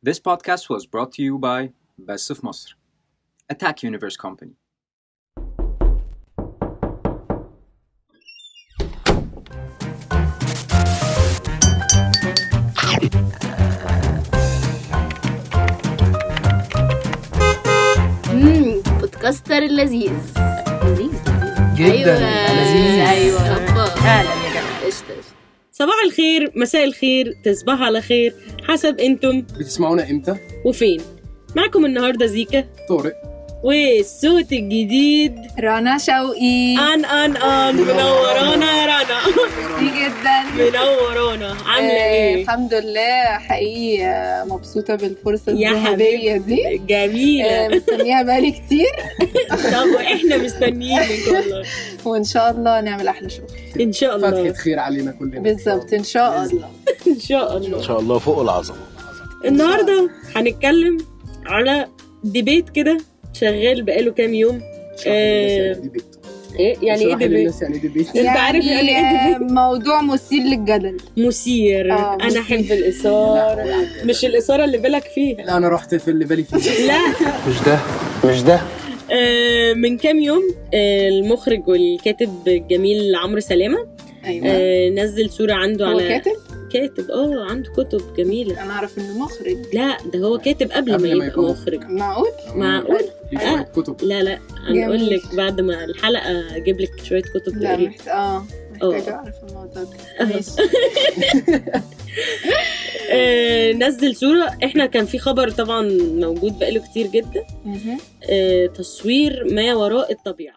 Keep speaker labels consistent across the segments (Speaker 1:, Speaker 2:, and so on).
Speaker 1: This podcast was brought to you by بس في مصر Attack Universe Company
Speaker 2: امم بودكاستر اللذيذ
Speaker 3: لذيذ
Speaker 2: ايوه
Speaker 3: لذيذ.
Speaker 2: ايوه
Speaker 3: فعلا يا جماعه
Speaker 2: قشطة قشطة.
Speaker 4: صباح الخير مساء الخير تصبح على خير حسب انتم
Speaker 5: بتسمعونا امتى؟
Speaker 4: وفين معكم النهارده زيكا
Speaker 5: طارق
Speaker 4: والصوت الجديد
Speaker 3: رنا شوقي
Speaker 4: ان ان ان منورانا يا رنا
Speaker 3: دي جدا
Speaker 4: منورانا عامله
Speaker 3: آه،
Speaker 4: ايه
Speaker 3: الحمد لله حقيقي آه، مبسوطه بالفرصه
Speaker 4: يا
Speaker 3: الذهبيه دي آه،
Speaker 4: جميله
Speaker 3: مستنيها بقالي كتير
Speaker 4: طب واحنا مستنيينك والله
Speaker 3: وان شاء الله نعمل احلى شغل
Speaker 4: ان شاء
Speaker 5: فتحة
Speaker 4: الله
Speaker 5: خير علينا كلنا
Speaker 3: بالظبط ان شاء الله
Speaker 4: ان شاء الله
Speaker 6: ان شاء الله فوق العظمه
Speaker 4: النهارده هنتكلم على ديبيت كده شغال بقاله كام يوم
Speaker 5: شرح للناس
Speaker 4: آه،
Speaker 5: يعني دي بيت
Speaker 3: إيه؟
Speaker 4: ايه يعني ايه
Speaker 5: شرح
Speaker 4: ديبيت
Speaker 5: للناس يعني دي بيت
Speaker 4: انت عارف يعني ايه
Speaker 3: آه، موضوع مثير للجدل
Speaker 4: مثير
Speaker 3: آه،
Speaker 4: انا
Speaker 3: مثير.
Speaker 4: احب الاثاره مش الاثاره اللي بالك فيها
Speaker 5: لا انا رحت في اللي بالي فيه
Speaker 4: لا
Speaker 6: مش ده مش ده
Speaker 4: آه، من كام يوم آه، المخرج والكاتب الجميل عمرو سلامه
Speaker 3: ايوه
Speaker 4: آه، نزل صوره عنده
Speaker 3: هو
Speaker 4: على
Speaker 3: كاتب
Speaker 4: كاتب اه عنده كتب جميله
Speaker 3: انا اعرف انه مخرج
Speaker 4: لا ده هو كاتب قبل ما
Speaker 5: قبل ما
Speaker 4: يبقى
Speaker 5: يكون.
Speaker 4: مخرج
Speaker 3: معقول
Speaker 4: معقول
Speaker 5: دي شوية كتب
Speaker 4: لا لا انا
Speaker 3: جميل.
Speaker 4: اقول لك بعد ما الحلقه اجيب لك شويه كتب
Speaker 3: لا
Speaker 4: تقريها
Speaker 3: محت... اه محتاجه
Speaker 4: آه.
Speaker 3: اعرف الموضوع ده
Speaker 4: آه.
Speaker 3: ماشي
Speaker 4: آه، نزل صوره احنا كان في خبر طبعا موجود بقاله كتير جدا
Speaker 3: مهم.
Speaker 4: آه، تصوير ما وراء الطبيعة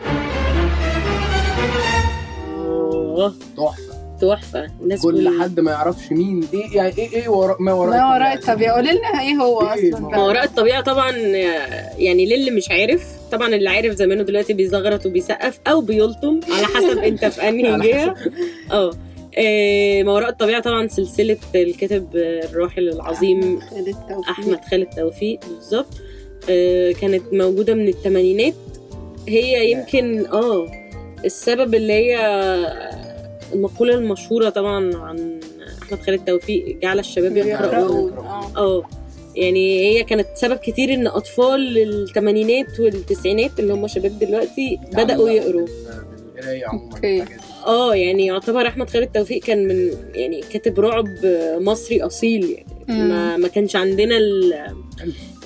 Speaker 4: آه،
Speaker 5: تحفة
Speaker 4: تحفة الناس
Speaker 5: كل
Speaker 4: كلها
Speaker 5: حد ما يعرفش مين ايه يعني ايه ايه ورا ما وراء
Speaker 3: ما وراء
Speaker 5: الطبيعة.
Speaker 3: الطبيعه قولي لنا ايه هو
Speaker 5: إيه
Speaker 3: اصلا
Speaker 5: ما
Speaker 3: بقى؟
Speaker 4: ما وراء الطبيعة طبعا آه، يعني للي مش عارف طبعا اللي عارف زمانه دلوقتي بيزغرط وبيسقف او بيلطم على حسب انت في انهي
Speaker 5: على
Speaker 4: جهة اه آه، ما وراء الطبيعة طبعا سلسلة الكاتب آه، الراحل العظيم
Speaker 3: خالد توفيق.
Speaker 4: احمد خالد توفيق بالظبط آه، كانت موجوده من الثمانينات هي يمكن اه السبب اللي هي المقوله المشهوره طبعا عن احمد خالد توفيق جعل الشباب يقرؤون
Speaker 3: بيقرأون. آه.
Speaker 4: اه يعني هي كانت سبب كتير ان اطفال الثمانينات والتسعينات اللي هم شباب دلوقتي بداوا يقروا
Speaker 5: يعني بالقراية عموما
Speaker 3: أوكي.
Speaker 5: الحاجات دي.
Speaker 4: اه يعني يعتبر احمد خالد توفيق كان من يعني كاتب رعب مصري اصيل يعني
Speaker 3: مم.
Speaker 4: ما, ما كانش عندنا ال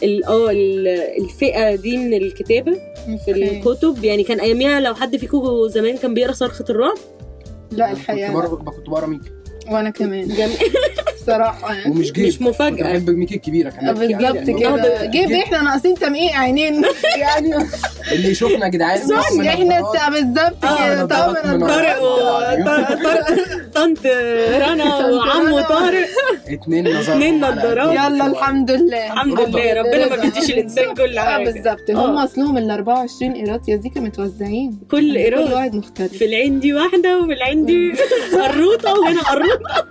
Speaker 4: ال- اه ال- الفئه دي من الكتابه في
Speaker 3: أوكي.
Speaker 4: الكتب يعني كان اياميها لو حد فيكم زمان كان بيقرا صرخه الرعب
Speaker 3: لا
Speaker 5: كنت
Speaker 3: الحقيقه
Speaker 5: بقرا كنت بقرا ميكي
Speaker 3: وانا كمان
Speaker 4: جم...
Speaker 3: الصراحه يعني
Speaker 5: ومش جيب
Speaker 4: مش
Speaker 5: كنت
Speaker 4: مفاجاه
Speaker 5: بحب ميكي الكبيرة كمان
Speaker 3: بالظبط
Speaker 5: يعني
Speaker 3: كده جيب احنا ناقصين تمقيق عينين يعني
Speaker 5: اللي يشوفنا يا جدعان
Speaker 3: سوري احنا بتاع بالظبط
Speaker 4: آه،
Speaker 3: كده
Speaker 5: نظرات
Speaker 3: طبعا
Speaker 5: من
Speaker 3: أنا-
Speaker 4: طارق و- طارق- طارق- طنط رنا
Speaker 3: طنط
Speaker 4: وعمو
Speaker 3: رنا.
Speaker 4: طارق
Speaker 5: اتنين نظرات
Speaker 4: اتنين نظارات.
Speaker 3: يلا الحمد لله
Speaker 4: الحمد لله ربنا ما بيديش الانسان كل آه.
Speaker 3: اه
Speaker 4: حاجه
Speaker 3: بالظبط هم اصلهم ال 24 ايراد يا زيكا متوزعين يعني
Speaker 4: كل
Speaker 3: كل
Speaker 4: ايراد
Speaker 3: واحد مختلف
Speaker 4: في العين دي واحدة وفي العين دي قروطة وهنا قروطة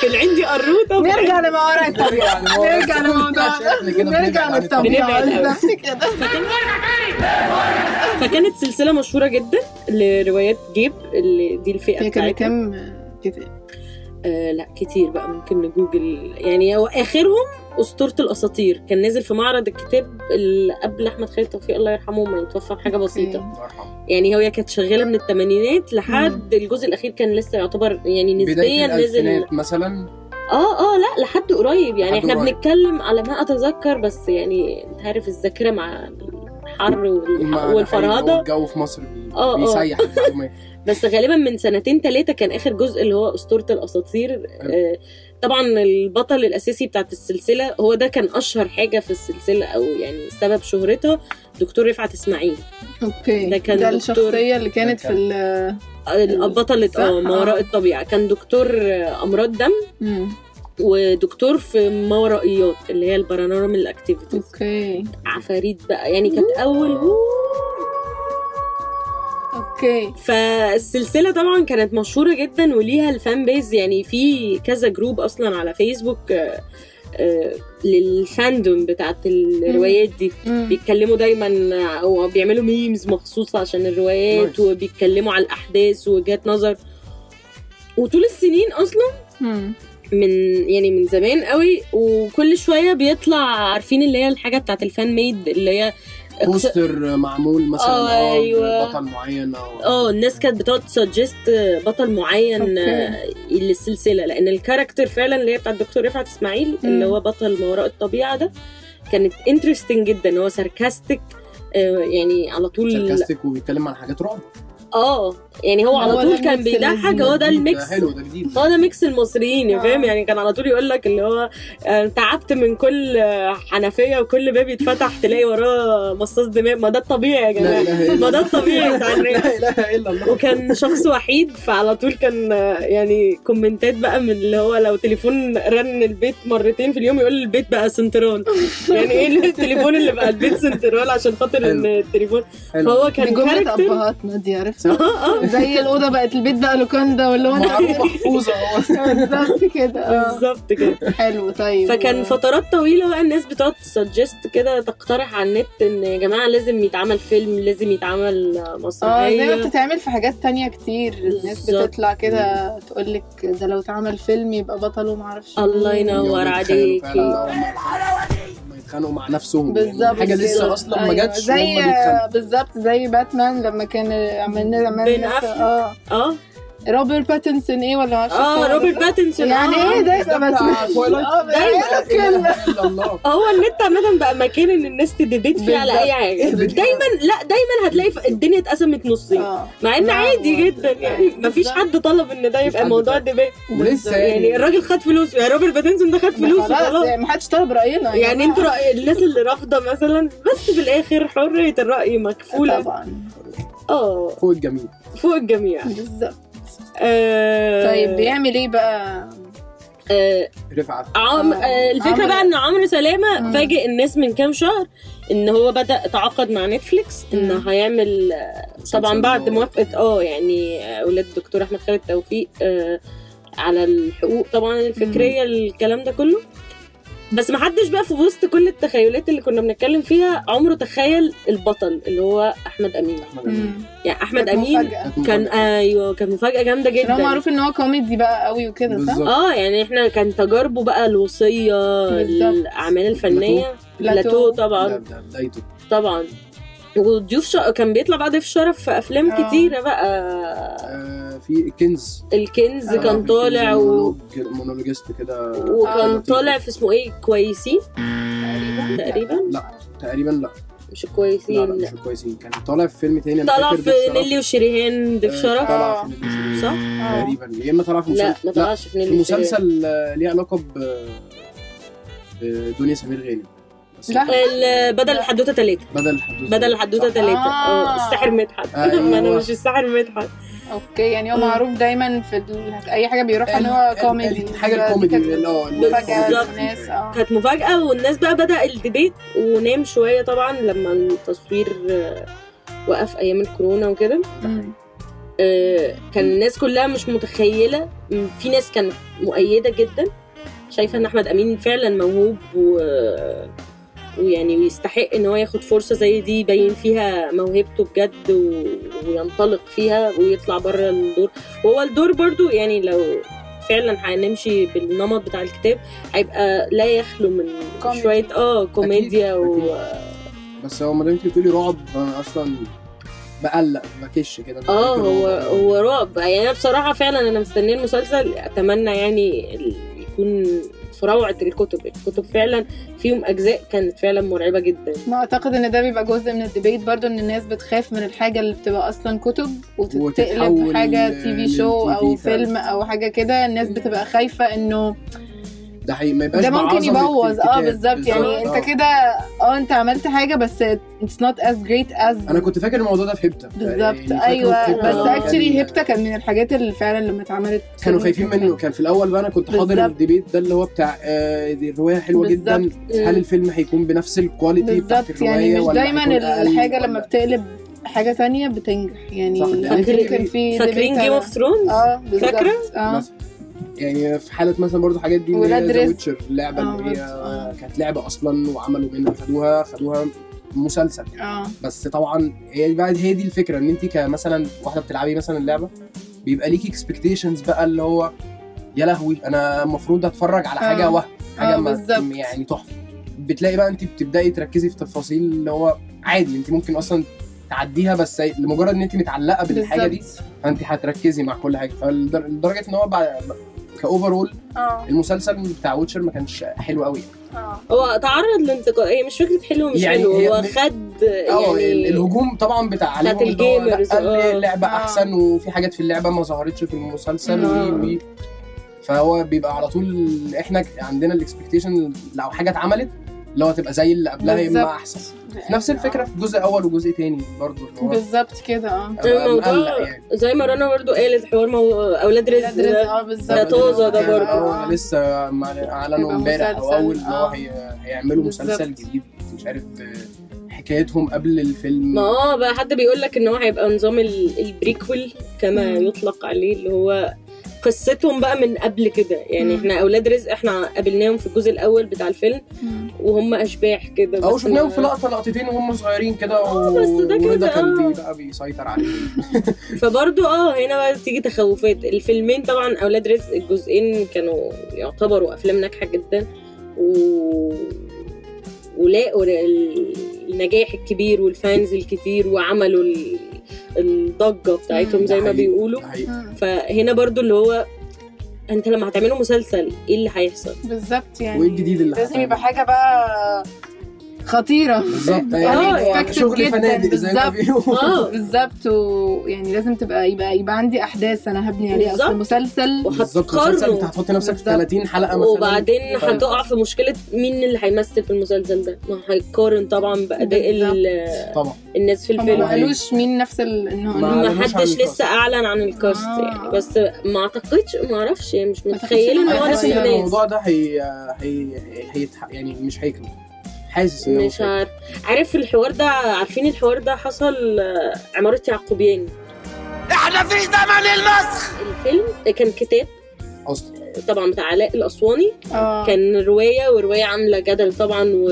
Speaker 4: في العين دي قروطة وفي العين-
Speaker 3: نرجع لما وراء الطبيعه نرجع للموضوع ده.
Speaker 5: شكل آه، كده بنبعد
Speaker 3: نرجع
Speaker 5: عن
Speaker 3: للطبيعه
Speaker 4: الطبيعة. بنبعد
Speaker 3: بالظبط كده
Speaker 4: فكانت سلسلة مشهورة جدا لروايات جيب اللي دي الفئة
Speaker 3: هي كان
Speaker 4: بتاعتها
Speaker 3: كام كده
Speaker 4: آه لا كتير بقى ممكن نجوجل يعني هو آخرهم أسطورة الأساطير كان نازل في معرض الكتاب اللي قبل أحمد خالد توفيق الله يرحمه ما يتوفى بحاجة بسيطة
Speaker 5: الله يرحمه.
Speaker 4: يعني هي كانت شغالة من الثمانينات لحد الجزء الأخير كان لسه يعتبر يعني نسبيا
Speaker 5: بداية
Speaker 4: نزل
Speaker 5: الألفينات مثلا
Speaker 4: اه اه لا لحد قريب يعني
Speaker 5: لحد
Speaker 4: احنا
Speaker 5: قريب.
Speaker 4: بنتكلم على ما اتذكر بس يعني انت عارف الذاكره مع الحر
Speaker 5: ما-
Speaker 4: والح- والفرهده
Speaker 5: الجو في مصر بي-
Speaker 4: آه، آه.
Speaker 5: بيسيح المعلومات.
Speaker 4: بس غالبا من سنتين ثلاثه كان اخر جزء اللي هو اسطوره الاساطير آه، طبعا البطل الاساسي بتاعت السلسله هو ده كان اشهر حاجه في السلسله او يعني سبب شهرتها دكتور رفعت اسماعيل
Speaker 3: اوكي
Speaker 4: ده كان
Speaker 3: ده
Speaker 4: دكتور-
Speaker 3: الشخصيه اللي كانت في
Speaker 5: ده كان-
Speaker 3: ال
Speaker 4: آه، بطله
Speaker 3: صح،
Speaker 4: اه ما
Speaker 3: آه.
Speaker 4: وراء الطبيعه كان دكتور آه، امراض دم
Speaker 3: مم.
Speaker 4: ودكتور في ما ورائيات اللي هي البارانورمال اكتيفيتيز
Speaker 3: اوكي
Speaker 4: عفاريت بقى يعني كانت اول
Speaker 3: اوكي
Speaker 4: فالسلسله طبعا كانت مشهوره جدا وليها الفان بيز يعني في كذا جروب اصلا على فيسبوك آه، آه، للفاندوم بتاعت الروايات دي
Speaker 3: مم.
Speaker 4: بيتكلموا دايما آه، وبيعملوا ميمز مخصوصه عشان الروايات
Speaker 5: Nice.
Speaker 4: وبيتكلموا على الاحداث ووجهات نظر وطول السنين اصلا
Speaker 3: مم.
Speaker 4: من يعني من زمان قوي وكل شويه بيطلع عارفين اللي هي الحاجه بتاعت الفان ميد اللي هي اقت-
Speaker 5: بوستر معمول مثلا
Speaker 4: آه،
Speaker 5: اه
Speaker 4: أيوة.
Speaker 5: بطل معين آه، او
Speaker 4: اه الناس كانت بتقعد تسجست بطل معين آه، للسلسله لان الكاركتر فعلا اللي هي بتاعت الدكتور رفعت اسماعيل اللي
Speaker 3: مم.
Speaker 4: هو بطل ما وراء الطبيعه ده كانت انترستنج جدا هو ساركاستيك يعني على طول
Speaker 5: ساركاستيك وبيتكلم عن حاجات رعب
Speaker 4: اه يعني هو على
Speaker 3: هو
Speaker 4: طول
Speaker 3: ده
Speaker 4: كان
Speaker 3: الميكس
Speaker 4: بيضحك
Speaker 3: اللذيذ.
Speaker 4: هو ده
Speaker 5: جديد،
Speaker 4: الميكس
Speaker 5: حلو ده جديد
Speaker 4: هو ده ميكس المصريين يا
Speaker 3: آه.
Speaker 4: فاهم يعني كان على طول يقول لك اللي هو آه، تعبت من كل آه، حنفيه وكل باب يتفتح تلاقي وراه مصاص دماء ما ده الطبيعي يا
Speaker 5: لا
Speaker 4: جماعه
Speaker 5: اله الا
Speaker 4: ما ده
Speaker 5: الله
Speaker 4: الطبيعي بتاع الناس
Speaker 5: لا اله الا الله
Speaker 4: وكان شخص وحيد فعلى طول كان آه، يعني كومنتات بقى من اللي هو لو تليفون رن البيت مرتين في اليوم يقول البيت بقى سنترال يعني ايه التليفون اللي بقى البيت سنترال عشان خاطر ان التليفون
Speaker 5: حلو.
Speaker 4: فهو
Speaker 3: دي
Speaker 4: كان
Speaker 3: جملة
Speaker 4: كاركتر آه،
Speaker 3: أبهاتنا دي عرفت زي الأوضة بقت البيت بقى لوكاندا واللي هو أنت-
Speaker 5: معروف آه. محفوظه هو
Speaker 3: بالظبط كده آه.
Speaker 4: بالظبط كده
Speaker 3: حلو طيب
Speaker 4: فكان فترات طويله بقى الناس بتقعد تسجست كده تقترح على النت ان يا جماعه لازم يتعمل فيلم لازم يتعمل
Speaker 3: اه زي ما
Speaker 4: مسرحيه
Speaker 3: بتتعمل في حاجات تانية كتير الناس
Speaker 4: إيه. بالظبط.
Speaker 3: بتطلع كده تقول لك ده لو اتعمل فيلم يبقى بطله معرفش
Speaker 4: الله
Speaker 3: مين.
Speaker 4: ينور. نور
Speaker 5: يقعدوا
Speaker 4: عليكي.
Speaker 5: يتخانقوا فعلاً بقى، هما يتخانقوا- هما يتخانقوا مع نفسهم
Speaker 3: بالظبط
Speaker 5: يعني حاجه
Speaker 3: كده.
Speaker 5: لسه اصلا ما
Speaker 3: أيوة.
Speaker 5: جاتش وهم
Speaker 3: زي
Speaker 5: بيتخانقوا
Speaker 3: بالظبط زي باتمان لما كان عملنا
Speaker 4: بين
Speaker 3: عملنا
Speaker 4: أفلك.
Speaker 3: اه
Speaker 4: اه
Speaker 3: روبرت باتنسون ايه ولا معرفش
Speaker 4: اه
Speaker 3: اسمه.
Speaker 4: روبرت باتنسون
Speaker 3: يعني
Speaker 4: آه.
Speaker 3: ايه ده يبقى
Speaker 5: ده بتاع
Speaker 3: باتمان
Speaker 5: Twilight.
Speaker 3: اه
Speaker 5: لا
Speaker 3: بيعملوا كده.
Speaker 5: اله الا الله
Speaker 4: هو النت عامه بقى مكان ان الناس تدبيت فيه على اي حاجه
Speaker 5: بالظبط.
Speaker 4: دايما لا دايما هتلاقي ف- الدنيا اتقسمت نصين
Speaker 3: آه.
Speaker 4: مع ان
Speaker 3: لا،
Speaker 4: عادي
Speaker 3: هو-
Speaker 4: جدا يعني مفيش
Speaker 3: بالظبط.
Speaker 4: حد طلب ان ده يبقى
Speaker 5: حد
Speaker 4: موضوع
Speaker 5: طلب.
Speaker 4: دبيت
Speaker 5: ولسه
Speaker 4: يعني الراجل خد فلوس يعني روبرت باتنسون ده خد فلوس
Speaker 3: خلاص
Speaker 4: وخلاص
Speaker 3: يعني محدش طلب راينا يا
Speaker 4: يعني
Speaker 3: جماعة.
Speaker 4: انتوا رأي الناس اللي رافضه مثلا بس في الاخر حريه الراي مكفوله
Speaker 3: طبعا
Speaker 4: اه
Speaker 5: فوق الجميل
Speaker 4: فوق الجميع
Speaker 3: بالظبط
Speaker 4: آه
Speaker 3: طيب بيعمل ايه بقى
Speaker 4: آه
Speaker 5: رفعت
Speaker 4: عم... آه الفكره
Speaker 3: عمل-
Speaker 4: بقى ان عمرو سلامه
Speaker 3: مم.
Speaker 4: فاجئ الناس من كام شهر ان هو بدا تعاقد مع نتفليكس ان
Speaker 3: مم.
Speaker 4: هيعمل طبعا بعد موافقه اه يعني آه، اولاد الدكتور احمد خالد توفيق آه على الحقوق طبعا الفكريه الكلام ده كله بس ما حدش بقى في وسط كل التخيلات اللي كنا بنتكلم فيها عمره تخيل البطل اللي هو احمد امين
Speaker 3: مم.
Speaker 4: يعني احمد
Speaker 3: كانت
Speaker 4: امين
Speaker 3: مفاجأة.
Speaker 4: كان ايوه كان مفاجاه جامده
Speaker 3: عشان هو
Speaker 4: جدا
Speaker 3: معروف ان هو كوميدي بقى قوي وكده صح؟
Speaker 5: بالظبط
Speaker 4: اه يعني احنا كان تجاربه بقى الوصيه
Speaker 3: بالظبط.
Speaker 4: الاعمال الفنيه بلاتو
Speaker 3: بلاتو. نعم.
Speaker 5: ده
Speaker 4: طبعا
Speaker 5: ده بدايته
Speaker 4: طبعا وضيوف شرف كان بيطلع بقى ضيف شرف في افلام
Speaker 3: آه.
Speaker 4: كتيره بقى
Speaker 5: آه، في الكنز
Speaker 4: الكنز
Speaker 3: آه،
Speaker 4: كان
Speaker 5: في
Speaker 4: طالع
Speaker 5: الكنز
Speaker 4: و...
Speaker 5: مونولوج- مونولوجيست كده
Speaker 4: وكان
Speaker 5: آه.
Speaker 4: طالع في اسمه ايه كويسين تقريبا
Speaker 5: لا تقريبا لا
Speaker 4: مش
Speaker 5: لا
Speaker 4: كويسين
Speaker 5: لا
Speaker 4: لا
Speaker 5: مش كويسين كان طالع في فيلم تاني أنا
Speaker 4: طلع
Speaker 5: فاكر ضيف
Speaker 4: إيه. في
Speaker 5: شرف.
Speaker 4: نيلي وشريهان ضيف
Speaker 5: آه،
Speaker 4: شرف
Speaker 5: طلع في نيلي وشريهان.
Speaker 4: صح؟
Speaker 3: اه
Speaker 5: تقريبا يا اما طلع في
Speaker 4: لا
Speaker 5: مسلسل
Speaker 4: ما
Speaker 5: لا
Speaker 4: طلعش في
Speaker 5: في
Speaker 4: نيلي وشريهان
Speaker 5: مسلسل آه، ليه علاقه ب ب- دنيا سمير غانم بس
Speaker 3: لا.
Speaker 4: ال- بدل الحدوته ثلاثه
Speaker 5: بدل الحدوته
Speaker 4: بدل الحدوته
Speaker 5: صح.
Speaker 4: ثلاثه اه
Speaker 3: آه.
Speaker 4: الساحر مدحت ما انا
Speaker 5: أيوة.
Speaker 4: مش الساحر مدحت
Speaker 3: اوكي يعني هو
Speaker 4: مم.
Speaker 3: معروف دايما في ال... اي حاجه بيروح ان هو
Speaker 5: ال- ال-
Speaker 3: كوميدي
Speaker 5: حاجه كوميدي اه
Speaker 3: فجاه
Speaker 4: بالظبط.
Speaker 3: الناس اه
Speaker 4: كانت مفاجأة والناس بقى بدأ الديبيت ونام شوية طبعا لما التصوير آه، وقف أيام الكورونا وكده
Speaker 3: مم.
Speaker 4: آه، كان الناس كلها مش متخيلة م- في ناس كانت مؤيدة جدا شايفة إن أحمد أمين فعلا موهوب و... آه، ويعني ويستحق إن هو ياخد فرصة زي دي يبين فيها موهبته بجد و... وينطلق فيها ويطلع بره الدور وهو الدور برضو يعني لو فعلا هنمشي بالنمط بتاع الكتاب هيبقى لا يخلو من
Speaker 3: كوميدي.
Speaker 4: شويه اه كوميديا و
Speaker 5: بس هو ما دام انت بتقولي رعب آه، فانا اصلا بقلق بكش كده أنا
Speaker 3: آه،
Speaker 4: اه
Speaker 5: بحب
Speaker 4: هو
Speaker 5: الرعب.
Speaker 4: هو رعب يعني انا بصراحه فعلا انا مستنيه المسلسل اتمنى يعني ال- يكون في روعه الكتب الكتب فعلا فيهم اجزاء كانت فعلا مرعبه جدا
Speaker 3: ما اعتقد ان ده بيبقى جزء من الديبيت برضو ان الناس بتخاف من الحاجه اللي بتبقى اصلا كتب وتتقلب
Speaker 5: وتتحول
Speaker 3: حاجه تي في
Speaker 5: لل-
Speaker 3: شو
Speaker 5: لل
Speaker 3: او
Speaker 5: TV فعلا.
Speaker 3: فيلم او حاجه كده الناس
Speaker 5: مم.
Speaker 3: بتبقى خايفه انه
Speaker 5: ده حقيقي ما يبقاش
Speaker 3: ده ممكن
Speaker 5: بعظمة
Speaker 3: يبوظ اه
Speaker 5: الكتاب.
Speaker 3: بالظبط يعني
Speaker 5: بالظبط،
Speaker 3: انت
Speaker 5: آه.
Speaker 3: كده اه انت عملت حاجه بس اتس نوت از جريت از
Speaker 5: انا كنت فاكر الموضوع ده في هيبتا يعني
Speaker 3: بالظبط
Speaker 5: فاكره في
Speaker 3: ايوه
Speaker 5: هيبتا
Speaker 3: بس
Speaker 5: لما
Speaker 3: اكشلي
Speaker 5: كان-
Speaker 3: هيبتا كان من الحاجات اللي فعلا لما اتعملت
Speaker 5: كانوا خايفين منه كان في الاول بقى انا كنت حاضر
Speaker 3: بالظبط.
Speaker 5: الديبيت ده اللي هو بتاع آه دي الروايه حلوه جدا
Speaker 3: بالظبط.
Speaker 5: هل الفيلم هيكون بنفس الكواليتي بتاعت
Speaker 3: بالظبط
Speaker 5: الروايه
Speaker 3: يعني مش
Speaker 5: ولا
Speaker 3: دايما
Speaker 5: هيكون أقل
Speaker 3: الحاجه لما
Speaker 5: ولا-
Speaker 3: بتقلب حاجه تانية بتنجح يعني
Speaker 5: صح، ده
Speaker 3: ممكن
Speaker 4: فاكرين-
Speaker 3: كان في
Speaker 4: فاكرين
Speaker 3: debate
Speaker 4: جيم
Speaker 3: على-
Speaker 4: اوف ثرونز
Speaker 5: آه،
Speaker 3: اه بالظبط
Speaker 4: فاكرة؟
Speaker 3: اه
Speaker 5: مثلا يعني في حاله مثلا برضو حاجات دي اللي
Speaker 3: ولاد
Speaker 5: هي ذا
Speaker 3: رزق.
Speaker 5: ويتشر اللعبه
Speaker 3: آه،
Speaker 5: اللي
Speaker 3: برضو، آه.
Speaker 5: هي كانت لعبه اصلا وعملوا منها خدوها خدوها مسلسل يعني.
Speaker 3: اه
Speaker 5: بس طبعا هي بقى هي دي الفكره ان انت كمثلا واحده بتلعبي مثلا اللعبه بيبقى ليكي اكسبكتيشنز بقى اللي هو يا لهوي انا المفروض اتفرج على حاجه
Speaker 3: آه.
Speaker 5: وهم حاجه
Speaker 3: آه،
Speaker 5: ما-
Speaker 3: بالظبط.
Speaker 5: يعني تحفه بتلاقي بقى انت بتبداي تركزي في تفاصيل اللي هو عادي انت ممكن اصلا تعديها بس لمجرد ان انت متعلقه بالحاجه دي
Speaker 3: اه، بالظبط.
Speaker 5: فانت هتركزي مع كل حاجه فلدرجه ان هو بعد كاوفرول
Speaker 3: اه
Speaker 5: المسلسل بتاع ويتشر ما كانش حلو قوي
Speaker 3: اه
Speaker 4: هو تعرض لانتقاد هي مش فكره حلو ومش
Speaker 5: يعني
Speaker 4: حلو
Speaker 5: هي-
Speaker 4: هو خد
Speaker 5: اه
Speaker 4: يعني
Speaker 5: الهجوم طبعا بتاع عليهم اللي هو لا،
Speaker 4: الجيمرز، اه.
Speaker 5: اللعبه
Speaker 3: اه.
Speaker 5: احسن وفي حاجات في اللعبه ما ظهرتش في المسلسل
Speaker 3: اه.
Speaker 4: آه.
Speaker 5: و- و- فهو بيبقى على طول احنا عندنا الاكسبكتيشن لو حاجه اتعملت اللي هو تبقى زي اللي قبلها يا
Speaker 3: بالظبط.
Speaker 5: اما احسن نفس الفكره في جزء اول وجزء تاني برضه اللي هو
Speaker 3: بالظبط كده اه
Speaker 5: أبقى
Speaker 4: الموضوع-
Speaker 5: مقلق يعني.
Speaker 4: زي ما رنا برضو قالت حوار مو... اولاد رزق
Speaker 3: ولاد رزق،
Speaker 4: ده.
Speaker 3: اه
Speaker 4: ده
Speaker 3: بالظبط
Speaker 4: طازة ده برضه.
Speaker 5: اه
Speaker 3: آه.
Speaker 5: لسه ما اعلنوا
Speaker 3: هيبقى
Speaker 5: امبارح او
Speaker 3: مسلسل،
Speaker 5: اول ان هو
Speaker 4: آه.
Speaker 3: اه.
Speaker 5: هي- هيعملوا
Speaker 3: بالظبط.
Speaker 5: مسلسل جديد مش عارف آه، حكايتهم قبل الفيلم
Speaker 4: ما اه بقى حد بيقول لك ان هو هيبقى نظام ال- البريكول كما
Speaker 3: مم.
Speaker 4: يطلق عليه اللي هو قصتهم بقى من قبل كده يعني
Speaker 3: مم.
Speaker 4: احنا اولاد رزق احنا قابلناهم في الجزء الاول بتاع الفيلم
Speaker 3: مم.
Speaker 4: وهم اشباح كده
Speaker 5: او
Speaker 4: بس
Speaker 5: شفناهم
Speaker 4: ما-
Speaker 5: في لقطه لقطتين وهم صغيرين كده
Speaker 4: آه، بس ده كده،
Speaker 5: وده كان
Speaker 4: آه.
Speaker 5: بي- بقى بيسيطر عليهم
Speaker 4: فبرضه اه هنا بقى تيجي تخوفات الفيلمين طبعا اولاد رزق الجزئين كانوا يعتبروا افلام ناجحه جدا و ولاقوا ال- النجاح الكبير والفانز الكتير وعملوا ال- الضجه بتاعتهم
Speaker 3: مم.
Speaker 4: زي ما
Speaker 5: حقيقي،
Speaker 4: بيقولوا
Speaker 5: ده حقيقي.
Speaker 3: مم.
Speaker 4: فهنا برضو اللي هو انت لما هتعملوا مسلسل ايه اللي هيحصل
Speaker 3: بالظبط يعني
Speaker 5: وإيه الجديد اللي
Speaker 3: لازم
Speaker 5: هتعمله؟
Speaker 3: يبقى حاجه بقى خطيره
Speaker 5: بالظبط
Speaker 3: آه،
Speaker 5: يعني
Speaker 3: expected
Speaker 5: شغل
Speaker 3: جداً،
Speaker 5: فنادق زي ما
Speaker 3: بالظبط.
Speaker 5: بيقولوا
Speaker 4: اه
Speaker 3: بالظبط ويعني لازم تبقى يبقى يبقى عندي احداث انا هبني عليها
Speaker 4: بالظبط.
Speaker 3: اصل مسلسل
Speaker 5: بالظبط مسلسل انت
Speaker 4: وهتقارنوا
Speaker 5: هتحط نفسك في
Speaker 3: بالظبط.
Speaker 5: 30 حلقه مثلا
Speaker 4: وبعدين
Speaker 5: طيب.
Speaker 4: هتقع في مشكله مين اللي هيمثل في المسلسل ده ما هيقارن طبعا باداء ال-
Speaker 5: طبعا
Speaker 4: الناس في
Speaker 3: هم ما
Speaker 4: الفيلم
Speaker 5: هي-
Speaker 3: قالوش مين نفس ال... انه
Speaker 5: ما-
Speaker 4: ما
Speaker 5: أعلنوش عن
Speaker 4: حدش
Speaker 5: الكاست.
Speaker 4: لسه اعلن عن الكاست
Speaker 3: آه.
Speaker 4: يعني بس ما اعتقدش ما اعرفش يعني مش
Speaker 3: أعتقدش
Speaker 4: متخيله ان
Speaker 3: إنه
Speaker 4: هو
Speaker 5: انا
Speaker 4: نفس
Speaker 5: حاسس ان
Speaker 4: الناس
Speaker 5: الموضوع ده هي هي هيتح- يعني مش هيكمل حاسس ان هو
Speaker 4: مش عارف عارف الحوار ده عارفين الحوار ده حصل آه، عمارة يعقوبيان احنا فيش زمن للمسخ الفيلم كان كتاب
Speaker 5: اصلا
Speaker 4: طبعا بتاع علاء الاسواني
Speaker 3: آه.
Speaker 4: كان روايه وروايه عامله جدل طبعا و...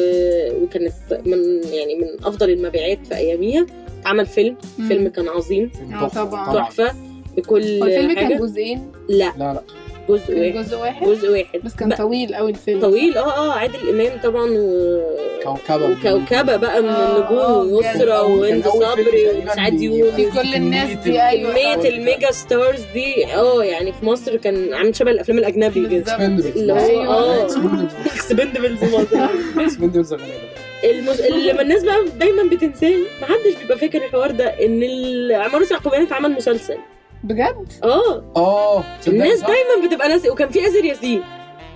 Speaker 4: وكانت من يعني من افضل المبيعات في اياميها اتعمل فيلم
Speaker 3: مم.
Speaker 4: فيلم كان عظيم
Speaker 3: آه، طبعا.
Speaker 4: تحفه بكل
Speaker 3: هو الفيلم
Speaker 4: حاجه
Speaker 3: كان جزئين
Speaker 4: لا
Speaker 5: لا لا
Speaker 4: جزء
Speaker 3: كان
Speaker 4: واحد
Speaker 3: جزء واحد
Speaker 4: جزء واحد
Speaker 3: بس كان
Speaker 4: بقى
Speaker 3: طويل قوي الفيلم
Speaker 4: إيه. طويل اه اه عادل امام طبعا و...
Speaker 5: كوكبة
Speaker 4: وكوكبه بقى من
Speaker 3: آه،
Speaker 4: النجوم
Speaker 3: آه، بجد.
Speaker 4: ويسرى وهند صبري وسعاد يونس
Speaker 3: في كل الناس دي، أيوة.
Speaker 4: كمية الميجا ستارز دي اه يعني في مصر كان عامل شبه الافلام الاجنبي كده
Speaker 3: بالظبط.
Speaker 4: اللي هو اه
Speaker 5: اكسبندبلز
Speaker 4: اكسبندبلز مصر
Speaker 5: اكسبندبلز غالبا
Speaker 4: المز... اللي لما الناس بقى دايما بتنساه محدش بيبقى فاكر الحوار ده ان ال- عمارة يعقوبيان اتعمل مسلسل
Speaker 3: بجد
Speaker 4: اه
Speaker 5: اه تصدق
Speaker 4: الناس
Speaker 5: صح؟
Speaker 4: دايما بتبقى ناسي وكان في اسر ياسين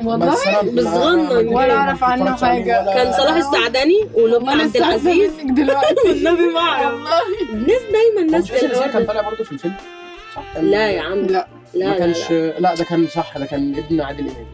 Speaker 3: والله
Speaker 5: بس أنا-
Speaker 4: بصغنن.
Speaker 5: ما-
Speaker 3: ولا
Speaker 5: ما
Speaker 3: أعرف عنه
Speaker 5: اتفرجتش عليه
Speaker 3: حاجة.
Speaker 5: ولا-
Speaker 4: كان صلاح السعدني ولقمان
Speaker 3: وانا
Speaker 4: عبد
Speaker 3: لسه حاسة
Speaker 4: العزيز
Speaker 3: باسمك دلوقتي
Speaker 4: والنبي ما اعرف
Speaker 3: والله
Speaker 4: الناس دايما
Speaker 5: هو
Speaker 4: ناسيه
Speaker 5: مش اسر ياسين
Speaker 4: الحوار
Speaker 5: كان
Speaker 4: ده
Speaker 5: طالع برضه في الفيلم صح؟ كان-
Speaker 4: لا يا عم لا
Speaker 3: لا
Speaker 4: لا,
Speaker 5: ما
Speaker 4: لا,
Speaker 5: كانش لا ده كان صح ده كان ابن عادل امام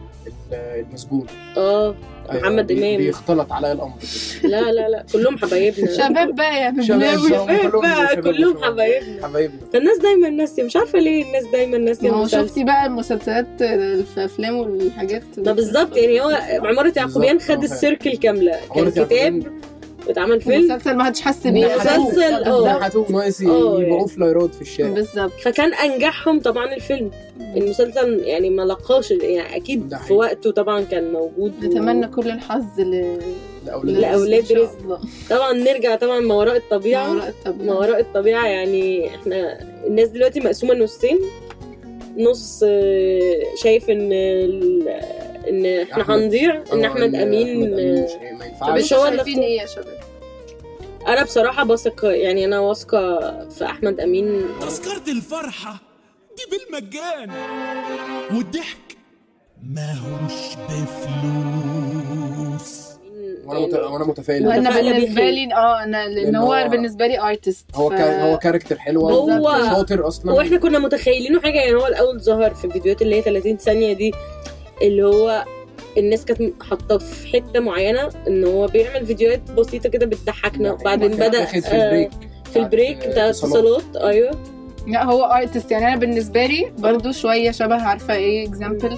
Speaker 5: المسجون
Speaker 4: اه
Speaker 5: أيوة،
Speaker 4: محمد
Speaker 5: بي-
Speaker 4: إمام.
Speaker 5: بيختلط علعلاء الامر
Speaker 4: لا لا لا كلهم حبايبنا
Speaker 3: شباب بقى يا
Speaker 5: شباب،
Speaker 3: ببلاوي
Speaker 5: شباب،
Speaker 4: شباب بقى،
Speaker 5: شباب،
Speaker 4: كلهم
Speaker 5: شباب.
Speaker 4: حبايبنا.
Speaker 5: حبايبنا
Speaker 4: فالناس دايما ناسيه مش عارفه ليه الناس دايما ناسيه
Speaker 3: ما هو
Speaker 4: المسلسل.
Speaker 3: شفتي بقى المسلسلات الافلام والحاجات
Speaker 4: ما بالظبط يعني هو عمارة يعقوبيان
Speaker 5: بالظبط،
Speaker 4: خد
Speaker 5: هو فعلا.
Speaker 4: السيركل كاملة كان
Speaker 5: عمرو
Speaker 4: كتاب
Speaker 5: دياب
Speaker 4: واتعمل فيلم
Speaker 3: المسلسل ما حدش حس بيه
Speaker 4: مسلسل،
Speaker 5: نحتوه.
Speaker 4: آه.
Speaker 5: نحتوه، ناقص
Speaker 4: آه،
Speaker 5: يبقوا
Speaker 4: يعني.
Speaker 5: فلايرات في الشارع
Speaker 3: بالظبط
Speaker 4: فكان انجحهم طبعا الفيلم المسلسل يعني ما لقاش يعني اكيد
Speaker 5: ده
Speaker 4: في
Speaker 5: حقيقي.
Speaker 4: وقته طبعا كان موجود و-
Speaker 3: نتمنى كل الحظ ل...
Speaker 5: لأولاد
Speaker 4: لأولاد
Speaker 3: لأولاد
Speaker 4: رزق. طبعا نرجع طبعا ما وراء الطبيعة ما
Speaker 3: الطبيعة
Speaker 4: وراء الطبيعة يعني احنا الناس دلوقتي مقسومة نصين نص آه، شايف ان ال-
Speaker 5: أحمد.
Speaker 4: ان احنا هنضيع ان
Speaker 5: آه،
Speaker 4: احمد امين آه،
Speaker 5: مش- ما
Speaker 3: طب
Speaker 5: ينفعش
Speaker 4: مش
Speaker 3: انتوا
Speaker 4: هو اللي
Speaker 3: شايفين ايه يا
Speaker 4: إيه
Speaker 3: شباب؟
Speaker 4: انا بصراحه بثق يعني انا واثقه في احمد امين
Speaker 7: تذكرة الفرحة دي بالمجان والضحك ما هوش بفلوس
Speaker 5: وانا مت-
Speaker 4: يعني
Speaker 5: وانا متفائل
Speaker 4: وأنا
Speaker 3: انا
Speaker 4: متفائلة بيه
Speaker 3: بالنسبه
Speaker 4: خير.
Speaker 3: لي اه انا لان
Speaker 5: لأن
Speaker 3: هو
Speaker 5: هو-
Speaker 3: بالنسبه لي ارتست
Speaker 5: هو كان هو كاركتر حلو
Speaker 4: هو-
Speaker 5: شاطر اصلا
Speaker 4: واحنا كنا متخيلينه حاجه يعني هو الاول ظهر في الفيديوهات اللي هي 30 ثانيه دي اللي هو الناس كانت حاطاه في حته معينه ان هو بيعمل فيديوهات بسيطه كده بتضحكنا وبعدين بدا
Speaker 5: نعم. أيوة. في
Speaker 4: آه،
Speaker 5: البريك آه،
Speaker 4: في البريك بتاع اتصالات ايوه
Speaker 3: لا هو ارتست يعني انا بالنسبه لي برضو إيه شويه شبه عارفه ايه اكزامبل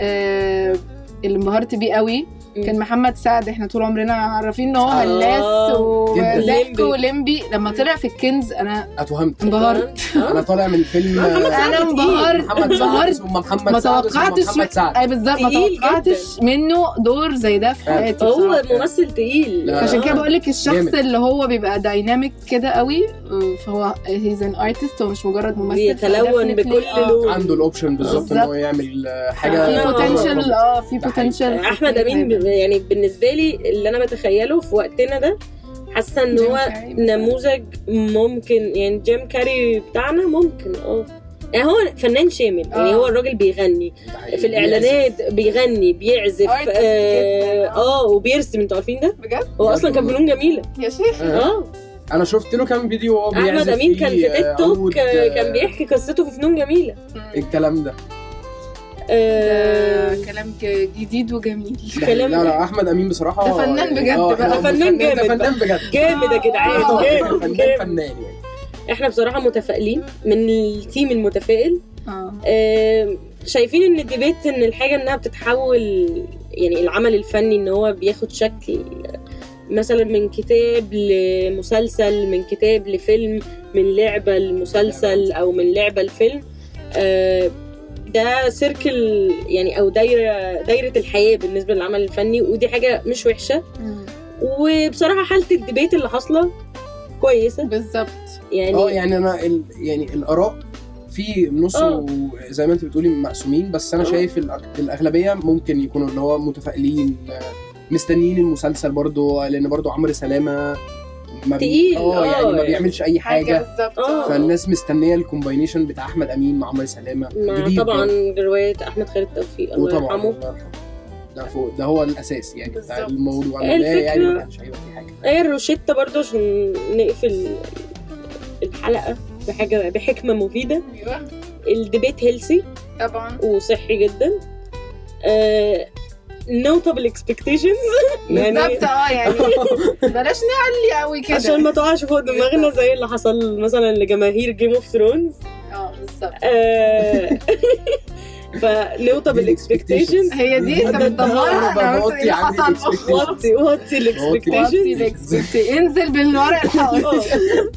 Speaker 3: آه اللي انبهرت بيه قوي كان محمد سعد احنا طول عمرنا عارفين ان هو هلاس
Speaker 4: آه.
Speaker 3: وضحك
Speaker 4: جداً.
Speaker 3: ولمبي لما طلع في الكنز انا
Speaker 5: اتوهمت
Speaker 3: انبهرت
Speaker 5: انا طالع من فيلم
Speaker 4: آه. محمد سعد
Speaker 3: انا
Speaker 4: تقيل.
Speaker 3: انبهرت
Speaker 5: محمد سعد
Speaker 3: انبهرت
Speaker 5: ثم محمد
Speaker 3: ما
Speaker 5: سعد ثم
Speaker 3: توقعتش
Speaker 5: محمد سعد
Speaker 3: اي بالظبط ما
Speaker 4: تقيل
Speaker 3: توقعتش منه دور زي ده في
Speaker 5: فعلا.
Speaker 3: حياتي
Speaker 4: هو
Speaker 3: بصراحة.
Speaker 4: ممثل تقيل
Speaker 5: لا.
Speaker 3: عشان كده بقول لك الشخص
Speaker 5: جامد.
Speaker 3: اللي هو بيبقى دايناميك كده قوي فهو هيز ان ارتست هو مش مجرد ممثل
Speaker 4: بيتلون
Speaker 3: فdefinitely
Speaker 4: بكل
Speaker 3: آه.
Speaker 4: لون
Speaker 5: عنده الاوبشن بالظبط ان هو يعمل آه، حاجه
Speaker 3: في
Speaker 4: آه.
Speaker 3: بوتنشال اه
Speaker 5: ده
Speaker 3: في
Speaker 5: حقيقي.
Speaker 3: بوتنشال
Speaker 4: احمد امين ب- يعني بالنسبه لي اللي انا بتخيله في وقتنا ده حاسه ان
Speaker 3: جيم
Speaker 4: هو
Speaker 3: كاري مثلاً.
Speaker 4: نموذج ممكن يعني جيم كاري بتاعنا ممكن اه يعني هو فنان شامل يعني
Speaker 3: آه.
Speaker 4: هو الراجل بيغني في الاعلانات بيغني بيعزف
Speaker 3: Artist
Speaker 4: اه,
Speaker 3: جداً.
Speaker 4: آه وبيرسم انتوا عارفين ده
Speaker 3: بجد
Speaker 4: هو اصلا كان فنون جميله
Speaker 3: يا شيخ
Speaker 5: آه.
Speaker 4: اه
Speaker 5: انا شفت له كام فيديو وهو بيعزف
Speaker 4: احمد امين كان في
Speaker 5: فيه، آه،
Speaker 4: تيك
Speaker 5: عود،
Speaker 4: توك آه،
Speaker 5: آه،
Speaker 4: كان بيحكي قصته في فنون جميله
Speaker 5: الكلام ده
Speaker 4: آه،
Speaker 3: ده كلام ك- جديد وجميل
Speaker 4: الكلام
Speaker 5: لا
Speaker 4: ده
Speaker 5: لا احمد امين بصراحه
Speaker 3: ده فنان بجد
Speaker 5: آه،
Speaker 3: بقى.
Speaker 5: هو
Speaker 4: فنان
Speaker 5: فنان-
Speaker 4: جامد
Speaker 5: ده
Speaker 4: بقى.
Speaker 5: فنان بجد
Speaker 4: جامد يا جدعان
Speaker 5: آه،
Speaker 4: جامد
Speaker 5: فنان
Speaker 4: جامد
Speaker 5: فنان يعني
Speaker 4: احنا بصراحه متفائلين من التيم المتفائل
Speaker 3: اه
Speaker 4: آم، شايفين ان الديبيت ان الحاجه انها بتتحول يعني العمل الفني ان هو بياخد شكل مثلا من كتاب لمسلسل من كتاب لفيلم من لعبه لمسلسل او من لعبه لفيلم آه، ده سيركل يعني او دايره دايره الحياه بالنسبه للعمل الفني ودي حاجه مش وحشه وبصراحه حاله الديبيت اللي حاصله كويسه
Speaker 3: بالظبط
Speaker 4: يعني
Speaker 5: اه يعني انا ال... يعني الاراء في نصه
Speaker 4: آه.
Speaker 5: زي ما انت بتقولي مقسومين بس انا
Speaker 4: آه.
Speaker 5: شايف الأغ- الاغلبيه ممكن يكونوا اللي هو متفائلين آه، مستنيين المسلسل برضو لان برضو عمرو سلامه ما
Speaker 4: تقيل،
Speaker 5: اه
Speaker 4: آه،
Speaker 5: يعني ما
Speaker 4: يعني.
Speaker 5: بيعملش اي حاجه
Speaker 3: بالظبط
Speaker 4: آه.
Speaker 5: فالناس مستنيه الكومباينيشن بتاع احمد امين مع عمرو سلامه
Speaker 4: مع
Speaker 5: جديد برضو.
Speaker 4: طبعا روايه احمد خالد توفيق الله
Speaker 5: وطبعا
Speaker 4: يرحمه
Speaker 5: الله يرحمه. ده فوق ده هو الاساس يعني بتاع
Speaker 3: بالظبط.
Speaker 5: الموضوع
Speaker 4: إيه
Speaker 5: ده يعني ما
Speaker 4: الفكرة؟
Speaker 5: كانش هيبقى في حاجه
Speaker 4: هي الروشتة برضو عشان نقفل الحلقة بحاجة بحكمة مفيدة
Speaker 3: أيوة،
Speaker 4: الديبيت هيلسي
Speaker 3: طبعا
Speaker 4: وصحي آه، جدا نو بابل اكسبكتيشنز يعني
Speaker 3: بالظبط اه يعني بلاش نعلي قوي كده
Speaker 4: عشان ما تقعش فوق دماغنا زي اللي حصل مثلا لجماهير جيم اوف ثرونز
Speaker 3: اه بالظبط
Speaker 4: آه، فنو بابل اكسبكتيشنز
Speaker 3: هي دي انت
Speaker 5: أنا-
Speaker 3: بتدمرها
Speaker 5: أنا
Speaker 3: انا قلت
Speaker 5: بوطي
Speaker 3: ايه
Speaker 5: عندي
Speaker 3: اللي حصل
Speaker 5: الexpectation.
Speaker 4: وطي
Speaker 3: إيه
Speaker 4: وطي
Speaker 3: وطي
Speaker 4: الاكسبكتيشنز
Speaker 3: الexpectation. انزل بالورق الحائط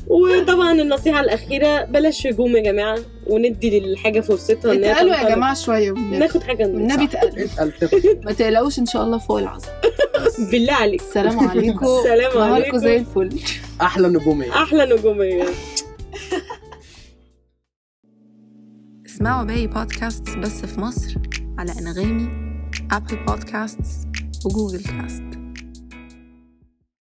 Speaker 4: وطبعا النصيحة الأخيرة بلاش هجوم يا جماعة وندي للحاجة فرصتها إنها
Speaker 3: اتقالوا يا
Speaker 4: تنطلق.
Speaker 3: جماعه شويه والنبي
Speaker 4: ناخد حاجة نضيفها.
Speaker 3: والنبي اتقالوا
Speaker 5: اتقل تقل
Speaker 3: ما تقلقوش ان شاء الله فوق العظم
Speaker 4: بالله عليك
Speaker 3: السلام عليكم
Speaker 4: السلام
Speaker 3: نهاركم
Speaker 4: عليكم.
Speaker 3: زي الفل
Speaker 5: احلى نجوميه
Speaker 4: أحلى نجومية
Speaker 8: اسمعوا باقي بودكاستس بس في مصر على أنغامي أبل بودكاستس وجوجل كاست